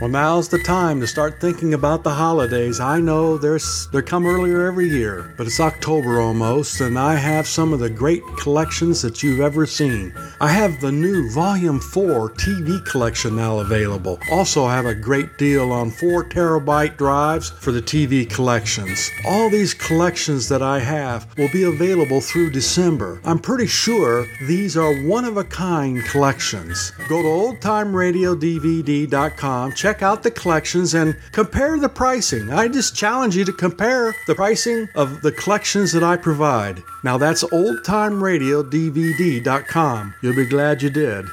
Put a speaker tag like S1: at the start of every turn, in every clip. S1: Well, now's the time to start thinking about the holidays. I know there's, they come earlier every year, but it's October almost, and I have some of the great collections that you've ever seen. I have the new Volume 4 TV collection now available. Also, have a great deal on 4 terabyte drives for the TV collections. All these collections that I have will be available through December. I'm pretty sure these are one of a kind collections. Go to oldtimeradiodvd.com, check out the collections, and compare the pricing. I just challenge you to compare the pricing of the collections that I provide. Now that's oldtimeradiodvd.com. You'll be glad you did.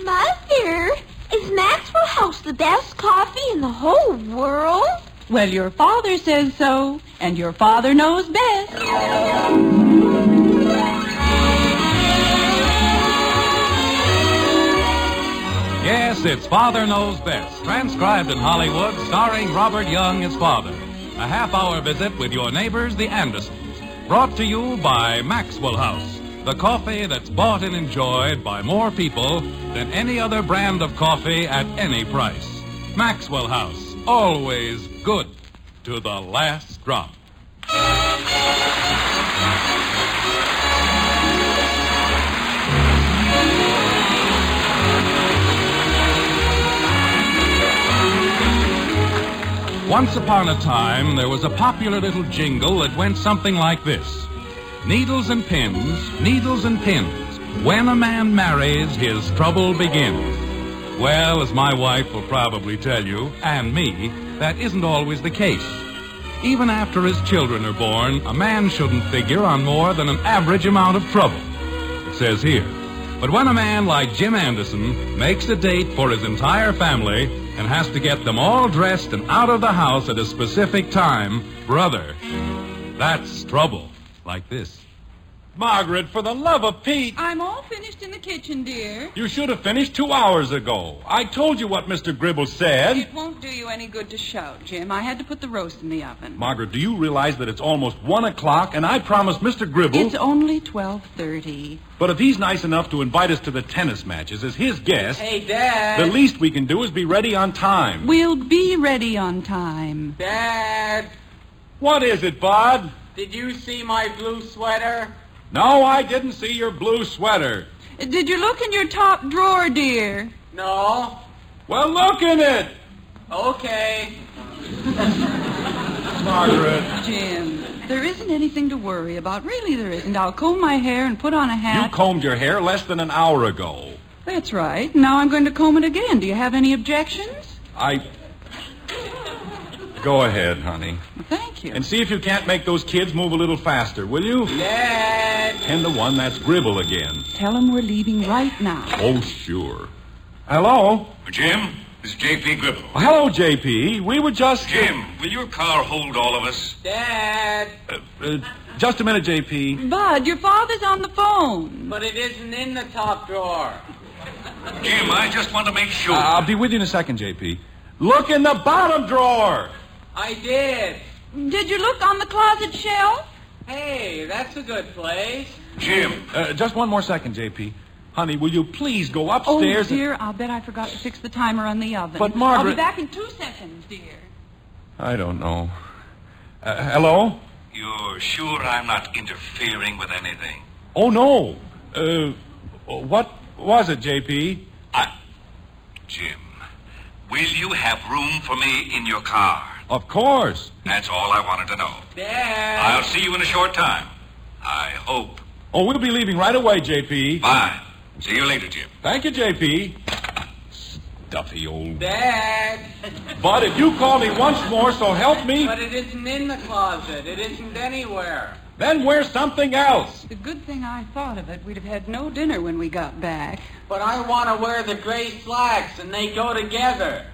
S2: Mother, is Maxwell House the best coffee in the whole world?
S3: Well, your father says so, and your father knows best.
S4: Yes, it's Father Knows Best, transcribed in Hollywood, starring Robert Young as father. A half hour visit with your neighbors, the Andersons. Brought to you by Maxwell House, the coffee that's bought and enjoyed by more people than any other brand of coffee at any price. Maxwell House, always good to the last drop. Once upon a time, there was a popular little jingle that went something like this Needles and pins, needles and pins. When a man marries, his trouble begins. Well, as my wife will probably tell you, and me, that isn't always the case. Even after his children are born, a man shouldn't figure on more than an average amount of trouble. It says here. But when a man like Jim Anderson makes a date for his entire family and has to get them all dressed and out of the house at a specific time, brother, that's trouble. Like this. Margaret, for the love of Pete,
S3: I'm all finished in the kitchen, dear.
S4: you should have finished two hours ago. I told you what Mr. Gribble said.
S3: It won't do you any good to shout, Jim. I had to put the roast in the oven.
S4: Margaret, do you realize that it's almost one o'clock and I promised Mr. Gribble.
S3: It's only 12.30.
S4: But if he's nice enough to invite us to the tennis matches as his guest,
S5: Hey, Dad.
S4: the least we can do is be ready on time.
S3: We'll be ready on time.
S5: Dad,
S4: What is it, Bod?
S5: did you see my blue sweater?
S4: No, I didn't see your blue sweater.
S3: Did you look in your top drawer, dear?
S5: No.
S4: Well, look in it,
S5: Okay.
S4: Margaret.
S3: Jim, there isn't anything to worry about. Really, there isn't. I'll comb my hair and put on a
S4: You
S3: hat.
S4: combed your hair less than an hour ago.
S3: That's right. Now I'm going to comb it again. Do you have any objections?
S4: I. Go ahead, honey.
S3: Thank you.
S4: And see if you can't make those kids move a little faster, will you?
S5: Dad.
S4: And the one that's Gribble again.
S3: Tell them we're leaving right now.
S4: Oh, sure. Hello?
S6: Jim, this is J.P. Gribble.
S4: Hello, J.P. We were just.
S6: Jim, will your car hold all of us?
S5: Dad.
S4: Uh, just a minute, J.P.
S3: Bud, your father's on the phone.
S5: But it isn't in the top drawer.
S6: Jim, I just want to make sure.
S4: Uh, I'll be with you in a second, J.P. Look in the bottom drawer.
S5: I did.
S3: Did you look on the closet shelf?
S5: Hey, that's a good place.
S6: Jim,
S4: Uh, just one more second, J.P. Honey, will you please go
S3: Oh,
S4: upstairs? and-
S3: dear, I'll bet I forgot to fix the timer on the oven.
S4: But, Margaret-
S3: I'll be back in two seconds, dear.
S4: I don't know. Uh, hello?
S6: you're sure I'm not interfering with anything?
S4: Oh no. Uh, what was it, J.P.?
S6: I. Jim, will you have room for me in your car?
S4: Of course.
S6: That's all I wanted to know.
S5: Dad.
S6: I'll see you in a short time. I hope.
S4: Oh, we'll be leaving right away, J.P.
S6: Bye. See you later, Jim.
S4: Thank you, J.P. Stuffy old.
S5: Dad.
S4: But if you call me once more, so help me,
S5: But it isn't in the closet. It isn't anywhere.
S4: then we're something else.
S3: The good thing I thought of it, we'd have had no dinner when we got back.
S5: But I want to wear the gray slacks, and they go together.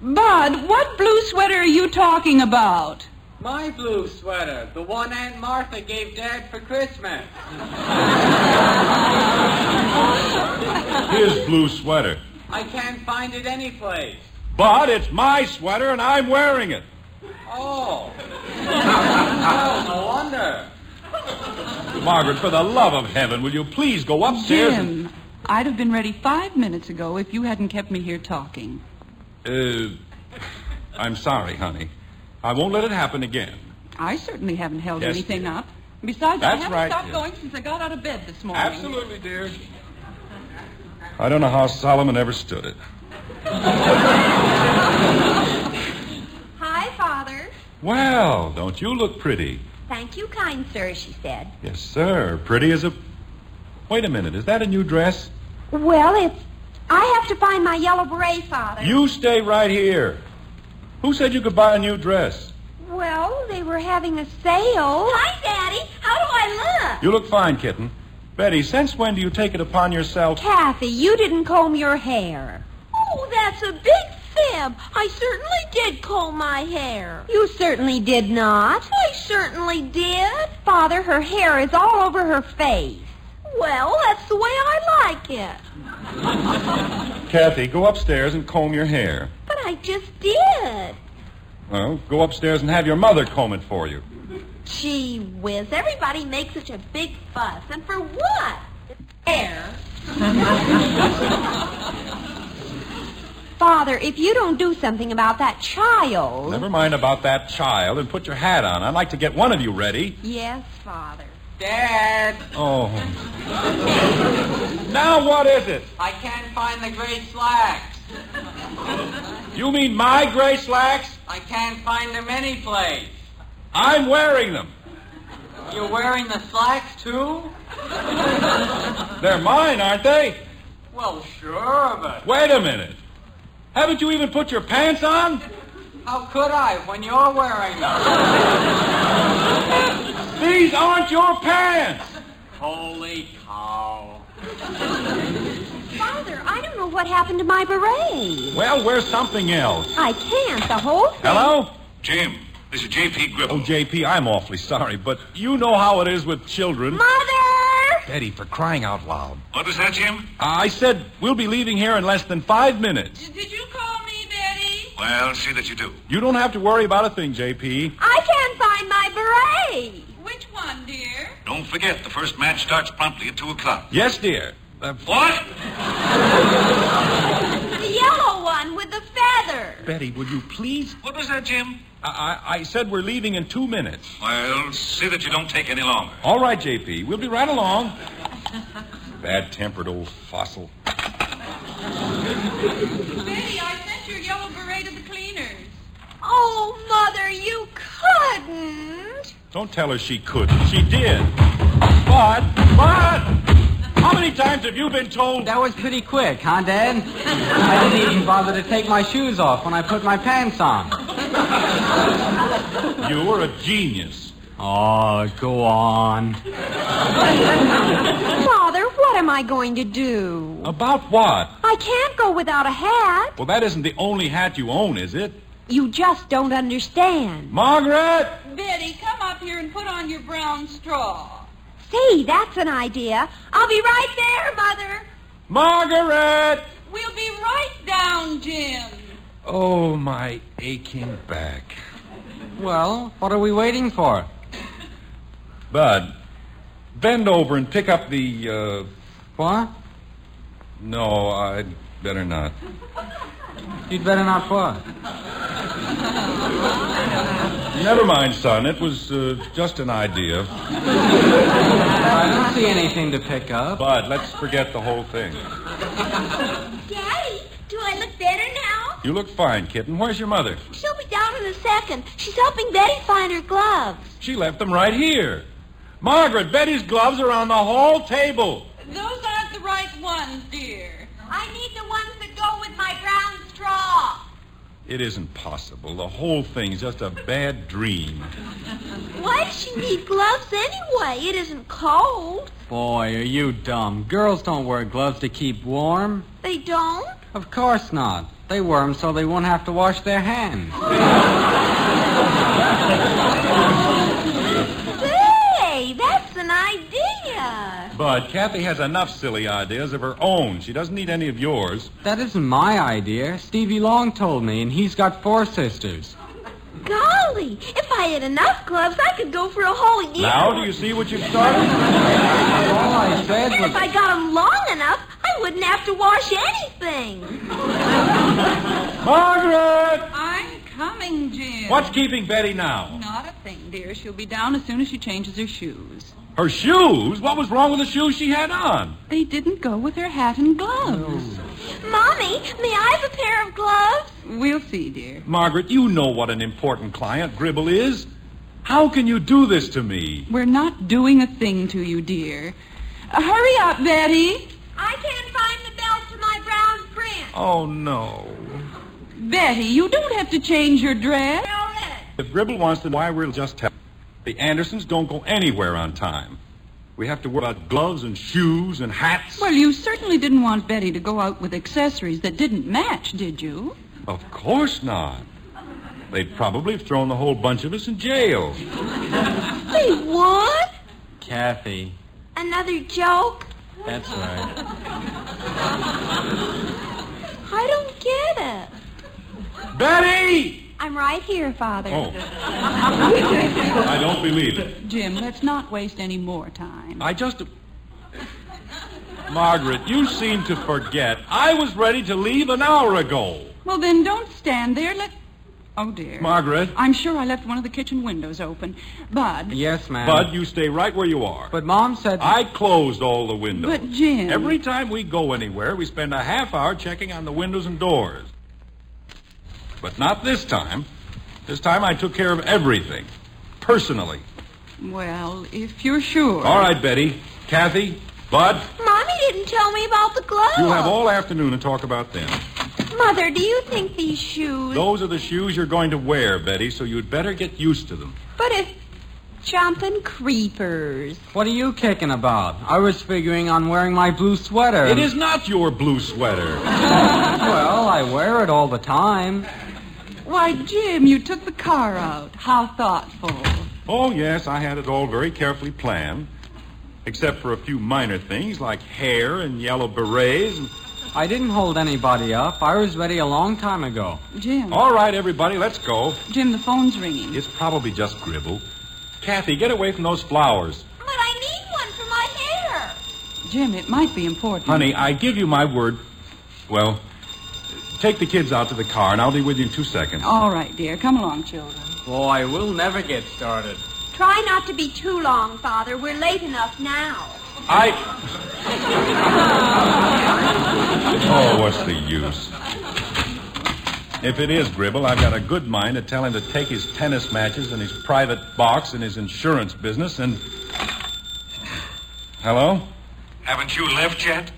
S3: Bud, what blue sweater are you talking about?
S5: My blue sweater, the one Aunt Martha gave Dad for Christmas.
S4: His blue sweater.
S5: I can't find it anyplace.
S4: But it's my sweater and I'm wearing it.
S5: Oh. oh, no wonder.
S4: Margaret, for the love of heaven, will you please go upstairs? and-
S3: Jim, I'd have been ready five minutes ago if you hadn't kept me here talking.
S7: Uh, I'm sorry, honey. I won't let it happen again.
S3: I certainly haven't held
S7: Yes,
S3: anything
S7: dear.
S3: up. Besides, I
S7: That's
S3: haven't
S7: right,
S3: stopped
S7: dear.
S3: going since I got out of bed this morning.
S7: Absolutely, dear. I don't know how Solomon ever stood it.
S2: Hi, Father.
S7: Well, don't you look pretty?
S2: Thank you, kind sir, she said.
S7: Yes, sir. Pretty as a. Wait a minute. Is that a new dress?
S2: Well, it's. I have to find my yellow beret, Father.
S7: You stay right here. Who said you could buy a new dress?
S2: Well, they were having a sale. Hi, Daddy. How do I look?
S7: You look fine, kitten. Betty, since when do you take it upon yourself?
S2: Kathy, you didn't comb your hair. Oh, that's a big fib. I certainly did comb my hair. You certainly did not. I certainly did. Father, her hair is all over her face. Well, that's the way I like it.
S7: Kathy, go upstairs and comb your hair.
S2: But I just did.
S7: Well, go upstairs and have your mother comb it for you.
S2: Gee whiz, everybody makes such a big fuss. And for what? Hair. Father, if you don't do something about that child.
S7: Never mind about that child and put your hat on. I'd like to get one of you ready.
S2: Yes, Father.
S5: Dad,
S7: Oh. now what is it?
S5: I can't find the gray slacks.
S7: You mean my gray slacks?
S5: I can't find them anyplace.
S7: I'm wearing them.
S5: You're wearing the slacks too?
S7: They're mine, aren't they?
S5: Well, sure, but
S7: Wait a minute. Haven't you even put your pants on?
S5: how could I when you're wearing them?
S7: These aren't your pants.
S5: Holy cow.
S2: Father, I don't know what happened to my beret.
S7: Well, wear something else.
S2: I can't. The whole thing.
S7: Hello?
S4: Jim, this is J.P.
S7: Oh,
S4: Gribble.
S7: JP, I'm awfully sorry, but you know how it is with children.
S2: Mother!
S7: Betty, for crying out loud.
S4: What was that, Jim?
S7: I said we'll be leaving here in less than five minutes.
S3: Did, did you call me, Betty?
S4: Well, see that you do.
S7: You don't have to worry about a thing, JP.
S2: I can't find my beret.
S3: Which one, dear?
S4: Don't forget, the first match starts promptly at 2 o'clock.
S7: Yes, dear. Uh,
S4: What?
S2: The yellow one with the feather.
S7: Betty, will you please?
S4: What was that, Jim?
S7: I, I, I said we're leaving in two minutes.
S4: Well, see that you don't take any longer.
S7: All right, JP. We'll be right along. Bad tempered old fossil.
S3: Betty, I sent your yellow beret to the cleaners.
S2: Oh, Mother, you couldn't.
S7: Don't tell her she couldn't. She did. But, but, how many times have you been told?
S5: That was pretty quick, huh, Dad? I didn't even bother to take my shoes off when I put my pants on.
S7: You were a genius.
S5: Oh, go on.
S2: Father, what am I going to do?
S7: About what?
S2: I can't go without a hat.
S7: Well, that isn't the only hat you own, is it?
S2: You just don't understand.
S7: Margaret!
S3: Betty, come up here and put on your brown straw.
S2: See, that's an idea. I'll be right there, Mother.
S7: Margaret!
S3: We'll be right down, Jim.
S7: Oh, my aching back.
S5: Well, what are we waiting for?
S7: Bud, bend over and pick up the. Uh,
S5: What?
S7: no, I'd better not.
S5: You'd better not what?
S7: Never mind, son. It was uh, just an idea.
S5: I don't see anything to pick up.
S7: Bud, let's forget the whole thing.
S2: Daddy, do I look better now?
S7: You look fine, kitten. Where's your mother?
S2: She'll be down in a second. She's helping Betty find her gloves.
S7: She left them right here. Margaret, Betty's gloves are on the hall table.
S3: Those aren't the right ones, dear.
S2: I need the ones that go with my brown
S4: Ah.
S2: straw.
S7: It isn't possible. The whole thing's just a bad dream.
S2: Why does she need gloves anyway? It isn't cold.
S5: Boy, are you dumb. Girls don't wear gloves to keep warm.
S2: They don't?
S5: Of course not. They wear 'em so they won't have to wash their hands.
S2: Say, that's an idea.
S7: Bud, Kathy has enough silly ideas of her own. She doesn't need any of yours.
S5: That isn't my idea. Stevie Long told me, and he's got four sisters.
S2: Golly, if I had enough gloves, I could go for a whole year.
S7: Now, do you see what you've started?
S5: All I said
S2: And if
S5: was.
S2: I got them long enough, I I wouldn't have to wash anything.
S7: Margaret!
S3: I'm coming, Jim.
S7: What's keeping Betty now?
S3: Not a thing, dear. She'll be down as soon as she changes her shoes.
S7: Her shoes? What was wrong with the shoes she had on?
S3: They didn't go with her hat and gloves.
S2: Mommy, may I have a pair of gloves?
S3: We'll see, dear.
S7: Margaret, you know what an important client Gribble is. How can you do this to me?
S3: We're not doing a thing to you, dear. Uh, hurry up, Betty.
S2: I can't find the belt to my brown print.
S7: Oh, no.
S3: Betty, you don't have to change your dress.
S2: Now then,
S7: If Gribble wants to, why, we'll just tell him. The Andersons don't go anywhere on time. We have to worry about gloves and shoes and hats.
S3: Well, you certainly didn't want Betty to go out with accessories that didn't match, did you?
S7: Of course not. They'd probably have thrown the whole bunch of us in jail.
S2: Say what?
S5: Kathy.
S2: Another joke?
S5: That's right.
S2: I don't get
S7: Betty!
S2: it. I'm right here, Father.
S7: Oh. I don't believe it.
S3: Jim, let's not waste any more time.
S7: I just. Margaret, you seem to forget. I was ready to leave an hour ago.
S3: Well, then don't stand there. Let. Oh, dear.
S7: Margaret,
S3: I'm sure I left one of the kitchen windows open. Bud.
S5: Yes, ma'am.
S7: Bud, you stay right where you are.
S5: But Mom said.
S7: I closed all the windows.
S3: But, Jim.
S7: Every time we go anywhere, we spend a half hour checking on the windows and doors. But not this time. This time I took care of everything. Personally.
S3: Well, if you're sure.
S7: All right, Betty. Kathy, Bud,
S2: Mommy didn't tell me about the gloves.
S7: you have
S3: Oh!
S7: all afternoon to talk about them.
S2: Mother, do you think these shoes?
S7: Those are the shoes you're going to wear, Betty, so you'd better get used to them.
S2: But if jumping creepers.
S5: What are you kicking about? I was figuring on wearing my blue sweater.
S7: It is not your blue sweater.
S5: Well, I wear it all the time.
S3: Why, Jim, you took the car out. How thoughtful.
S7: Oh, yes, I had it all very carefully planned, except for a few minor things like hair and yellow berets. And...
S5: I didn't hold anybody up. I was ready a long time ago.
S3: Jim.
S7: All right, everybody, let's go.
S3: Jim, the phone's ringing.
S7: It's probably just Gribble. Kathy, get away from those flowers.
S2: But I need one for my hair.
S3: Jim, it might be important.
S7: Honey, I give you my word. Well, take the kids out to the car, and I'll be with you in two seconds.
S3: All right, dear. Come along, children.
S5: Oh, Boy, we'll never get started.
S2: Try not to be too long, Father. We're late enough now.
S7: I. oh, what's the use? If it is Gribble, I've got a good mind to tell him to take his tennis matches and his private box and his insurance business and. Hello?
S4: Haven't you left yet?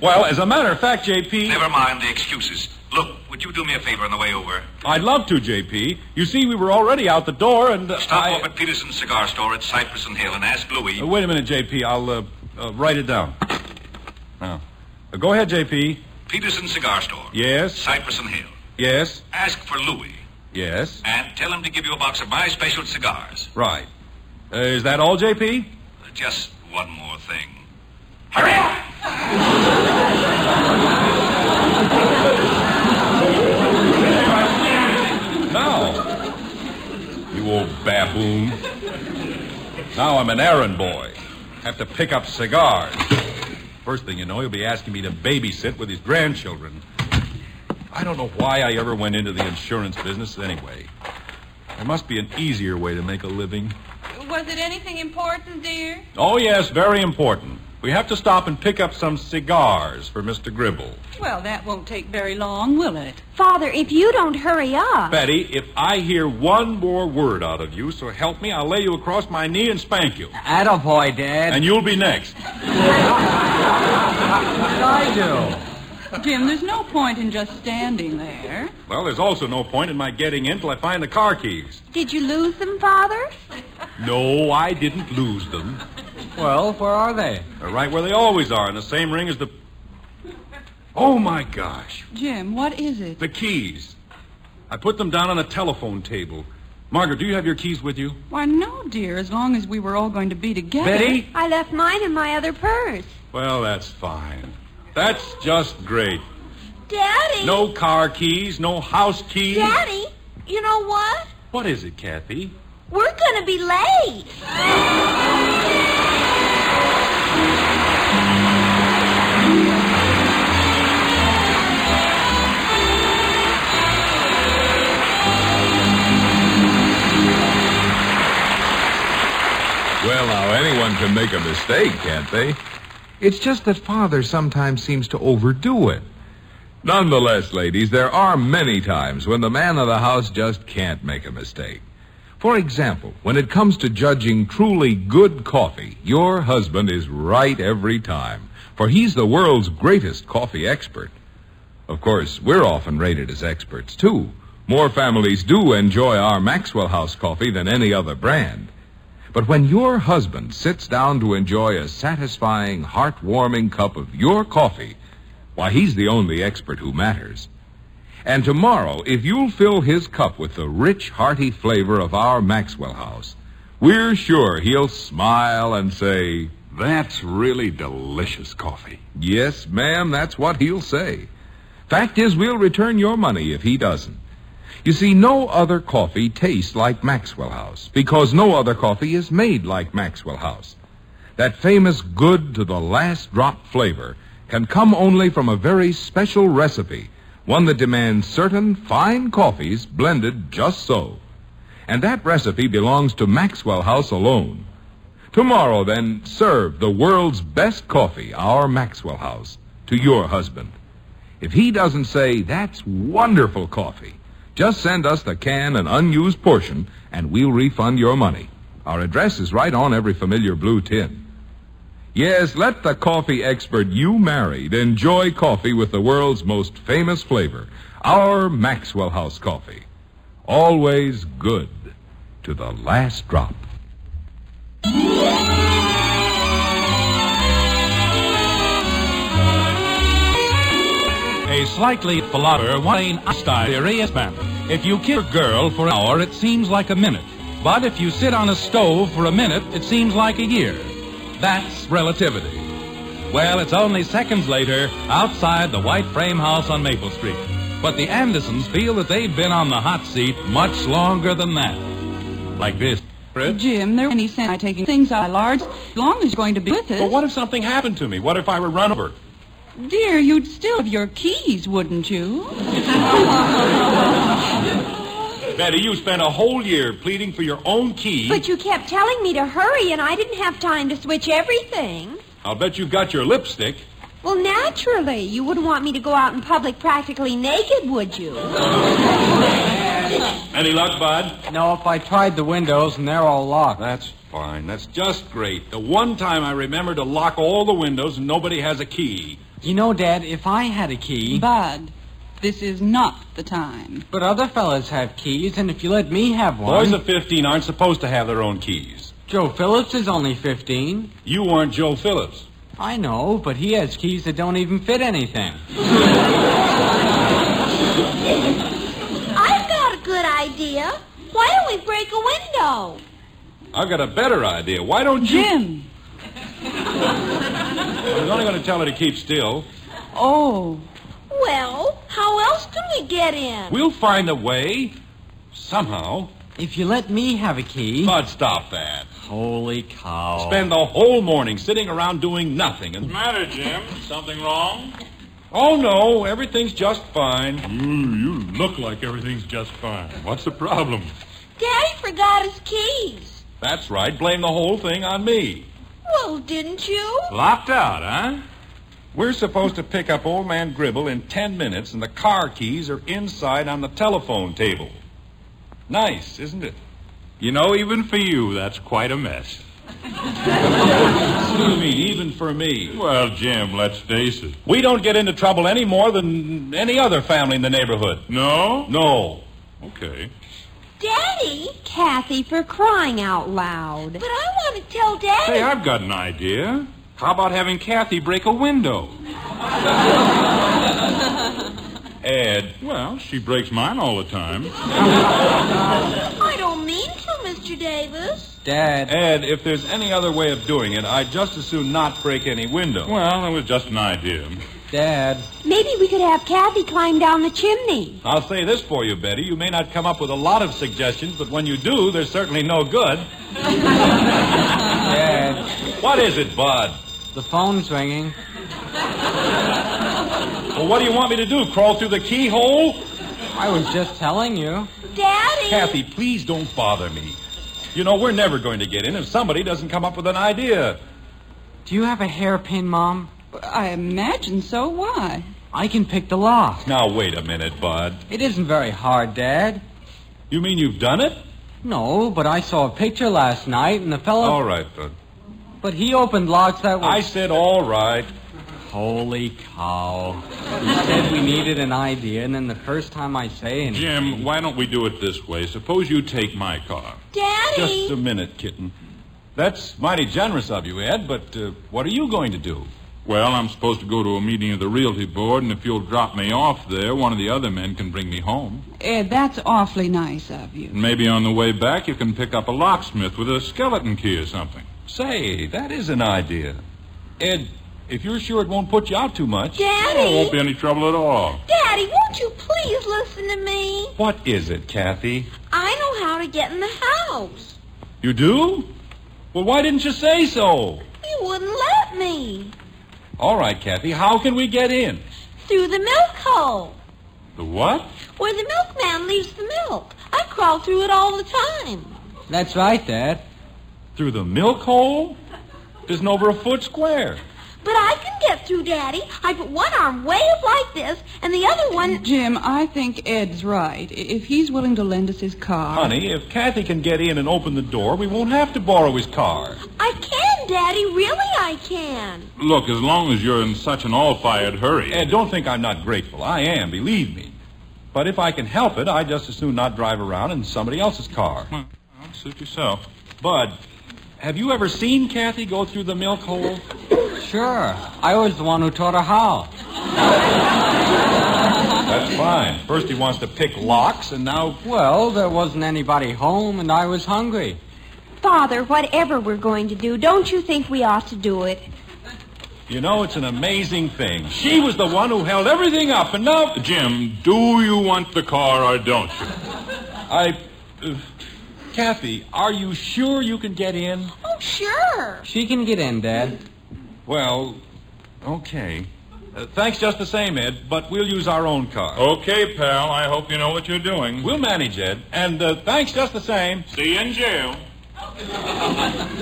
S7: Well, as a matter of fact, JP,
S4: Never mind the excuses. Look, would you do me a favor on the way over?
S7: I'd love to, JP. You see, we were already out the door and. Uh,
S4: Stop
S7: I-
S4: off at Peterson's cigar store at Cypress and Hill and ask Louis.
S7: Uh, wait a minute, JP. I'll uh, uh, write it down. Now, Uh, go ahead, JP.
S4: Peterson's cigar store.
S7: Yes,
S4: Cypress and Hill.
S7: yes,
S4: Ask for Louis
S7: yes.
S4: and tell him to give you a box of my special cigars.
S7: Right. Uh, is that all, JP?
S4: Just one more thing. Hurry up!
S7: Now. You old baboon. Now I'm an errand boy. Have to pick up cigars. First thing you know, he'll be asking me to babysit with his grandchildren. I don't know why I ever went into the insurance business anyway. There must be an easier way to make a living.
S3: Was it anything important, dear?
S7: Oh, yes, very important. We have to stop and pick up some cigars for Mr. Gribble.
S3: Well, that won't take very long, will it?
S2: Father, if you don't hurry up.
S7: Betty, if I hear one more word out of you, so help me, I'll lay you across my knee and spank you.
S5: Attaboy, Dad.
S7: And you'll be next.
S5: I do.
S3: Jim, there's no point in just standing there.
S7: Well, there's also no point in my getting in till I find the car keys.
S2: Did you lose them, Father?
S7: No, I didn't lose them.
S5: Well, where are they?
S7: They're right where they always are, in the same ring as the. Oh my gosh,
S3: Jim, what is it?
S7: the keys. I put them down on a telephone table. Margaret, do you have your keys with you?
S3: Why, no, dear, as long as we were all going to be together.
S7: Betty?
S2: I left mine in my other purse.
S7: Well, that's fine. That's just great.
S2: Daddy?
S7: No car keys, no house keys.
S2: Daddy, you know what?
S7: What is it, Kathy?
S2: We're going to be late.
S8: can make a mistake, can't they? It's just that Father sometimes seems to overdo it. Nonetheless, ladies, there are many times when the man of the house just can't make a mistake. For example, when it comes to judging truly good coffee, your husband is right every time, for he's the world's greatest coffee expert. Of course, we're often rated as experts, too. More families do enjoy our Maxwell House coffee than any other brand. But when your husband sits down to enjoy a satisfying, heartwarming cup of your coffee, why, he's the only expert who matters. And tomorrow, if you'll fill his cup with the rich, hearty flavor of our Maxwell House, we're sure he'll smile and say,
S6: That's really delicious coffee.
S8: Yes, ma'am, that's what he'll say. Fact is, we'll return your money if he doesn't. You see, no other coffee tastes like Maxwell House because no other coffee is made like Maxwell House. That famous good to the last drop flavor can come only from a very special recipe, one that demands certain fine coffees blended just so. And that recipe belongs to Maxwell House alone. Tomorrow, then, serve the world's best coffee, our Maxwell House, to your husband. If he doesn't say, that's wonderful coffee, just send us the can and unused portion, and we'll refund your money. Our address is right on every familiar blue tin. Yes, let the coffee expert you married enjoy coffee with the world's most famous flavor, our Maxwell House coffee. Always good to the last drop.
S4: A slightly philosopher Wayne Einstein theory is man. If you kiss a girl for an hour, it seems like a minute. But if you sit on a stove for a minute, it seems like a year. That's relativity. Well, it's only seconds later outside the white frame house on Maple Street. But the Andersons feel that they've been on the hot seat much longer than that. Like this. Fred?
S3: Jim, there any sense in my taking things out large as long as you're going to be with us.
S7: But what if something happened to me? What if I were run over?
S5: Oh.
S3: Dear, you'd still have your keys, wouldn't you?
S7: Betty, you spent a whole year pleading for your own key.
S2: But you kept telling me to hurry, and I didn't have time to switch everything.
S7: I'll bet you've got your lipstick.
S2: Well, naturally, you wouldn't want me to go out in public practically naked, would you?
S7: Any luck, Bud?
S5: No, if I tried the windows and they're all locked.
S7: That's fine. That's just great. The one time I remember to lock all the windows and nobody has a key.
S5: You know, Dad, if I had a key,
S3: Bud, this is not the time.
S5: but other fellas have keys, and if you let me have one,
S7: Boys of 15 aren't supposed to have their own keys.
S5: Joe Phillips is only fifteen.
S7: You aren't Joe Phillips.
S5: I know, but he has keys that don't even fit anything.
S2: I've got a good idea. Why don't we break a window?
S7: I've got a better idea. Why don't you?
S3: Jim!
S7: I was only going to tell her to keep still.
S3: Oh,
S2: Well, how else could we get in?
S7: We'll find a way. Somehow.
S5: If you let me have a key.
S7: Bud, stop that.
S5: Holy cow.
S7: Spend the whole morning sitting around doing nothing. And
S4: Matter, Jim? Something wrong?
S7: oh no, everything's just fine.
S4: you look like everything's just fine. What's the problem?
S2: Daddy forgot his keys.
S7: That's right. Blame the whole thing on me.
S2: Well, didn't you?
S4: Locked out, huh?
S7: We're supposed to pick up old man Gribble in ten minutes, and the car keys are inside on the telephone table. Nice, isn't it?
S4: You know, even for you, that's quite a mess.
S7: Excuse me, even for me.
S4: Well, Jim, let's face it.
S7: We don't get into trouble any more than any other family in the neighborhood.
S4: No?
S7: No.
S4: Okay.
S2: Daddy? Kathy, for crying out loud. But I want to tell Daddy.
S4: Hey, I've got an idea. How about having Kathy break a window?
S7: Ed,
S4: Well, she breaks mine all the time.
S2: I don't mean to, Mr. Davis.
S5: Dad.
S7: Ed, if there's any other way of doing it, I'd just as soon not break any window.
S4: Well, it was just an idea.
S5: Dad.
S2: Maybe we could have Kathy climb down the chimney.
S7: I'll say this for you, Betty. You may not come up with a lot of suggestions, but when you do, they're certainly no good.
S5: Dad.
S7: What is it, Bud?
S5: The phone's ringing.
S7: Well, what do you want me to do? Crawl through the keyhole?
S5: I was just telling you.
S2: Daddy?
S7: Kathy, please don't bother me. You know, we're never going to get in if somebody doesn't come up with an idea.
S5: Do you have a hairpin, Mom?
S3: I imagine so. Why?
S5: I can pick the lock.
S7: Now, wait a minute, Bud.
S5: It isn't very hard, Dad.
S7: You mean you've done it?
S5: No, but I saw a picture last night, and the fellow.
S7: All right, Bud.
S5: But he opened locks that were.
S7: I said all right.
S5: Holy cow. He said we needed an idea, and then the first time I say and
S7: Jim, Um, why don't we do it this way? Suppose you take my car.
S2: Daddy!
S7: Just a minute, kitten. That's mighty generous of you, Ed, but uh, what are you going to do?
S8: Well, I'm supposed to go to a meeting of the Realty Board, and if you'll drop me off there, one of the other men can bring me home.
S3: Ed, Eh, that's awfully nice of you.
S8: And maybe on the way back, you can pick up a locksmith with a skeleton key or something.
S7: Say, that is an idea. Ed, if you're sure it won't put you out too much.
S8: Oh, it won't
S2: Daddy!
S8: be any trouble at all.
S2: Daddy, won't you please listen to me?
S7: What is it, Kathy?
S2: I know how to get in the house.
S7: You do? Well, why didn't you say so?
S2: You wouldn't let me.
S7: All right, Kathy, how can we get in?
S2: Through the milk hole,
S7: The what?
S2: where the milkman leaves the milk. I crawl through it all the time.
S5: That's right, Dad.
S7: Through the milk hole? Isn't over a foot square.
S2: But I can get through, Daddy. I put one arm way up like this, and the other one.
S3: Jim, I think Ed's right. I- If he's willing to lend us his car.
S7: Honey, if Kathy can get in and open the door, we won't have to borrow his car.
S2: I can, Daddy. Really, I can.
S8: Look, as long as you're in such an all-fired hurry.
S7: Ed, Eh, don't think I'm not grateful. I am, believe me. But if I can help it, I'd just as soon not drive around in somebody else's car.
S8: Well, suit yourself.
S7: Bud, have you ever seen Kathy go through the milk hole?
S5: Sure. I was the one who taught her how.
S2: Oh,
S7: That's fine. First he wants to pick locks, and now
S5: Well, there wasn't anybody home, and I was hungry.
S2: Father, whatever we're going to do, don't you think we ought to do it?
S7: You know, it's an amazing thing. She was the one who held everything up, and now.
S8: Jim, do you want the car or don't you?
S7: I. uh, Kathy, are you sure you can get in?
S2: Oh, sure.
S5: She can get in, Dad.
S7: Well, okay. Uh, thanks just the same, Ed, but we'll use our own car.
S8: Okay, pal, I hope you know what you're doing.
S7: We'll manage, Ed. And uh, thanks just the same.
S8: See you in jail.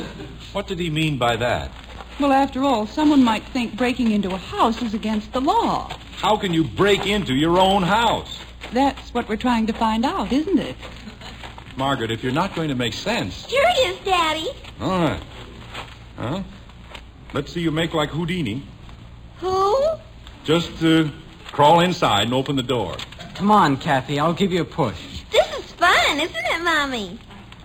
S7: What did he mean by that?
S3: Well, after all, someone might think breaking into a house is against the law.
S7: How can you break into your own house?
S3: That's what we're trying to find out, isn't it?
S7: Margaret, if you're not going to make sense.
S2: Here it is, Daddy.
S7: All right. Huh? Let's see you make like Houdini.
S2: Who?
S7: Just uh, crawl inside and open the door.
S5: Come on, Kathy. I'll give you a push.
S2: This is fun, isn't it, Mommy?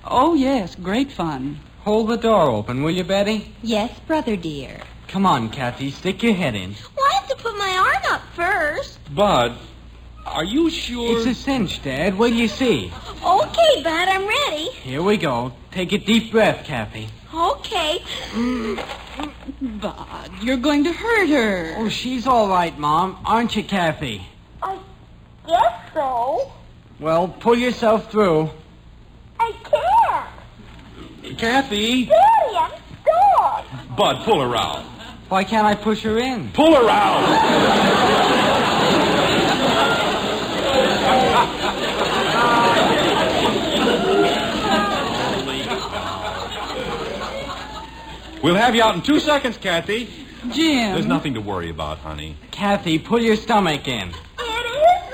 S3: Oh, yes, great fun.
S5: Hold the door open, will you, Betty?
S2: Yes, brother dear.
S5: Come on, Kathy. Stick your head in.
S2: Well, I have to put my arm up first.
S7: Bud, are you sure?
S5: It's a cinch, Dad. Will you see?
S2: Okay, Bud, I'm ready.
S5: Here we go. Take a deep breath, Kathy.
S2: Okay. Mm.
S3: But you're going to hurt her.
S5: Oh, she's all right, Mom. Aren't you, Kathy?
S2: I guess so.
S5: Well, pull yourself through.
S2: I can't.
S7: Kathy!
S2: Daddy, I'm stuck.
S7: Bud, pull her out.
S5: Why can't I push her in?
S7: Pull her out! we'll have you out in two seconds, Kathy.
S3: Jim.
S7: There's nothing to worry about, honey.
S5: Kathy, pull your stomach in.
S2: It isn't.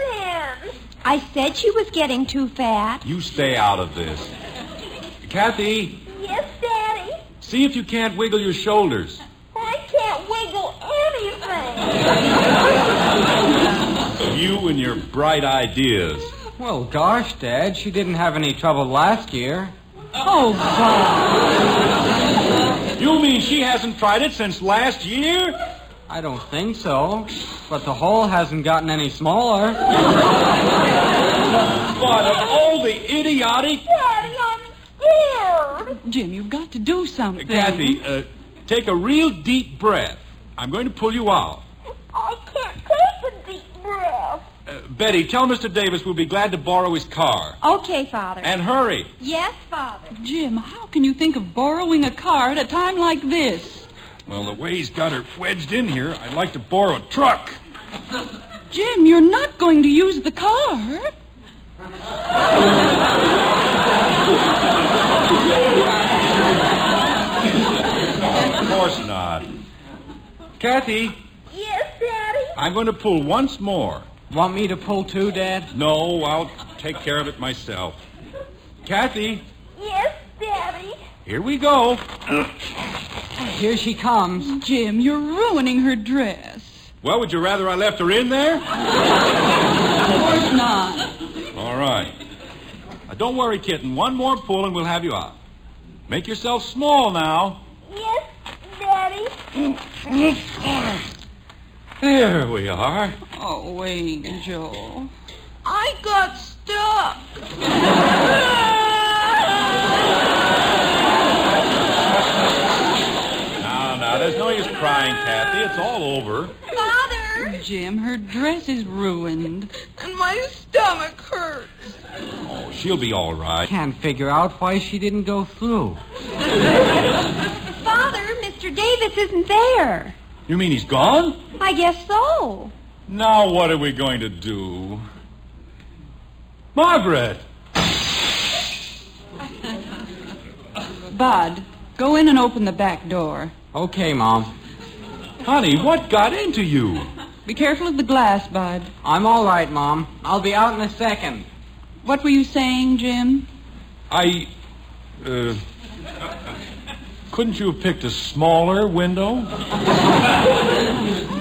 S2: I said she was getting too fat.
S7: You stay out of this. Kathy,
S2: Yes, Daddy.
S7: see if you can't wiggle your shoulders.
S2: I can't wiggle anything.
S7: You and your bright ideas.
S5: Well, gosh, Dad, she didn't have any trouble last year.
S3: Oh, Bob.
S7: You mean she hasn't tried it since last year?
S5: I don't think so. But the hole hasn't gotten any smaller.
S7: But of all the idiotic
S2: Daddy, I'm scared.
S3: Jim, you've got to do something.
S7: Kathy, uh, take a real deep breath. I'm going to pull you out.
S2: I can't take a deep breath.
S7: Uh, Betty, tell Mr. Davis we'll be glad to borrow his car.
S2: Okay, Father.
S7: And hurry.
S2: yes, Father.
S3: Jim, how can you think of borrowing a car at a time like this?
S7: Well, the way he's got her wedged in here, I'd like to borrow a truck.
S3: Jim, you're not going to use the car.
S7: Kathy,
S2: Yes, Daddy?
S7: I'm going to pull once more.
S5: Want me to pull too, Dad?
S7: No, I'll take care of it myself. Kathy,
S2: Yes, Daddy.
S7: here we go.
S5: Here she comes.
S3: Jim, you're ruining her dress.
S7: Well, would you rather I left her in there?
S3: Of course not.
S7: All right. Now, don't worry, kitten. One more pull and we'll have you out. Make yourself small now.
S2: Yes, Daddy.
S7: There we are.
S3: Oh, Angel.
S2: I got stuck.
S7: Now, now, there's no use crying, Kathy. It's all over.
S2: Father!
S3: Jim, her dress is ruined.
S2: And my stomach hurts.
S7: Oh, she'll be all right.
S5: Can't figure out why she didn't go through.
S2: Father, Mr. Davis isn't there.
S7: You mean he's gone?
S2: I guess so.
S7: Now, what are we going to do? Margaret!
S3: Bud, go in and open the back door.
S5: Okay, Mom.
S7: Honey, what got into you?
S3: Be careful of the glass, Bud.
S5: I'm all right, Mom. I'll be out in a second.
S3: What were you saying, Jim?
S7: I. Uh, couldn't you have picked a smaller window?
S2: Mommy,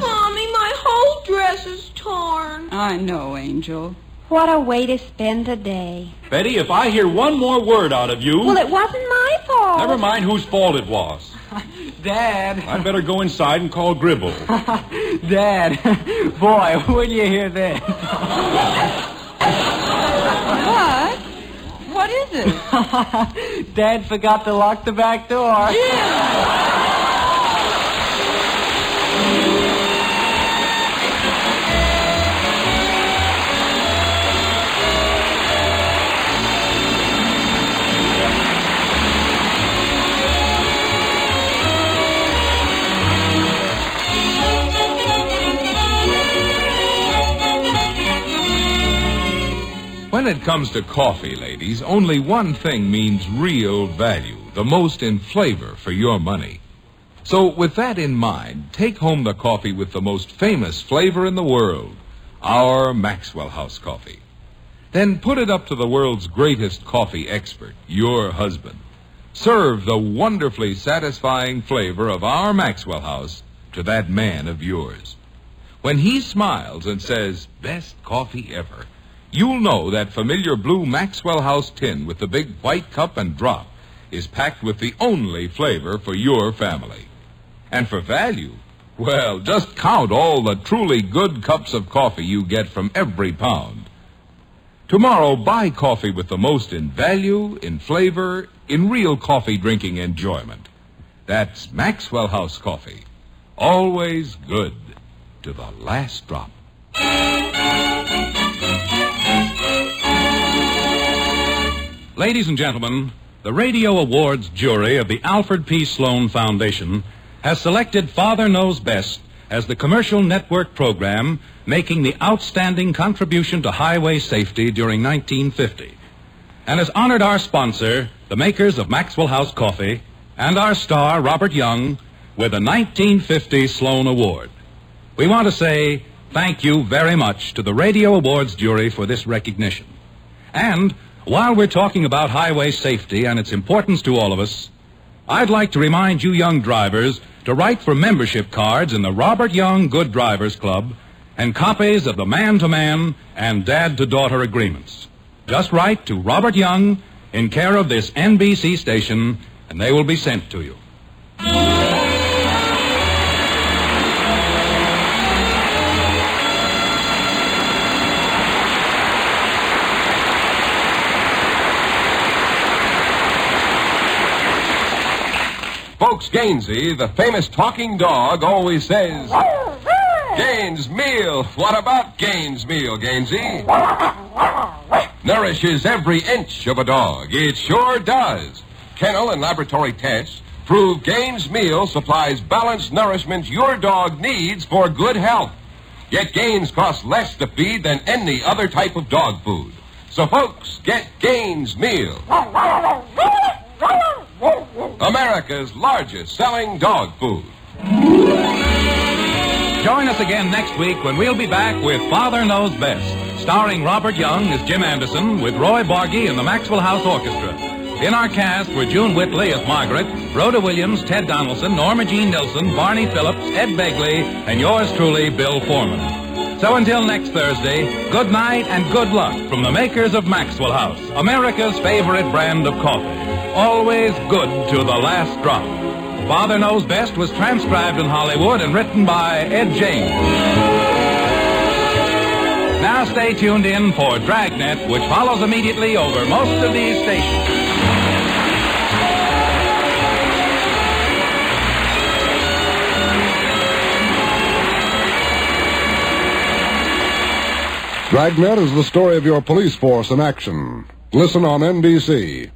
S2: my whole dress is torn.
S3: I know, Angel.
S2: What a way to spend the day.
S7: Betty, if I hear one more word out of you.
S2: Well, it wasn't my fault.
S7: Never mind whose fault it was.
S5: Dad,
S7: I'd better go inside and call Gribble.
S5: Dad, boy, will you hear this?
S3: Bud? What is it?
S5: Dad forgot to lock the back door.
S8: When it comes to coffee, ladies, only one thing means real value, the most in flavor for your money. So, with that in mind, take home the coffee with the most famous flavor in the world, our Maxwell House coffee. Then put it up to the world's greatest coffee expert, your husband. Serve the wonderfully satisfying flavor of our Maxwell House to that man of yours. When he smiles and says, best coffee ever, You'll know that familiar blue Maxwell House tin with the big white cup and drop is packed with the only flavor for your family. And for value, well, just count all the truly good cups of coffee you get from every pound. Tomorrow, buy coffee with the most in value, in flavor, in real coffee drinking enjoyment. That's Maxwell House coffee. Always good to the last drop.
S4: Ladies and gentlemen, the Radio Awards jury of the Alfred P. Sloan Foundation has selected Father Knows Best as the commercial network program making the outstanding contribution to highway safety during 1950 and has honored our sponsor, the makers of Maxwell House Coffee, and our star, Robert Young, with the 1950 Sloan Award. We want to say thank you very much to the Radio Awards jury for this recognition. And while we're talking about highway safety and its importance to all of us, I'd like to remind you young drivers to write for membership cards in the Robert Young Good Drivers Club and copies of the man to man and dad to daughter agreements. Just write to Robert Young in care of this NBC station and they will be sent to you.
S8: Folks, Gainsey, the famous talking dog, always says, Gaines meal. What about Gaines meal, Gainsey? Nourishes every inch of a dog. It sure does. Kennel and laboratory tests prove Gaines meal supplies balanced nourishment your dog needs for good health. Yet Gaines costs less to feed than any other type of dog food. So, folks, get Gaines meal. America's largest selling dog food.
S4: Join us again next week when we'll be back with Father Knows Best, starring Robert Young as Jim Anderson with Roy Bargy and the Maxwell House Orchestra. In our cast were June Whitley as Margaret, Rhoda Williams, Ted Donaldson, Norma Jean Nelson, Barney Phillips, Ed Begley, and yours truly, Bill Foreman. So until next Thursday, good night and good luck from the makers of Maxwell House, America's favorite brand of coffee. Always good to the last drop. Father Knows Best was transcribed in Hollywood and written by Ed James. Now stay tuned in for Dragnet, which follows immediately over most of these stations.
S9: Dragnet is the story of your police force in action. Listen on NBC.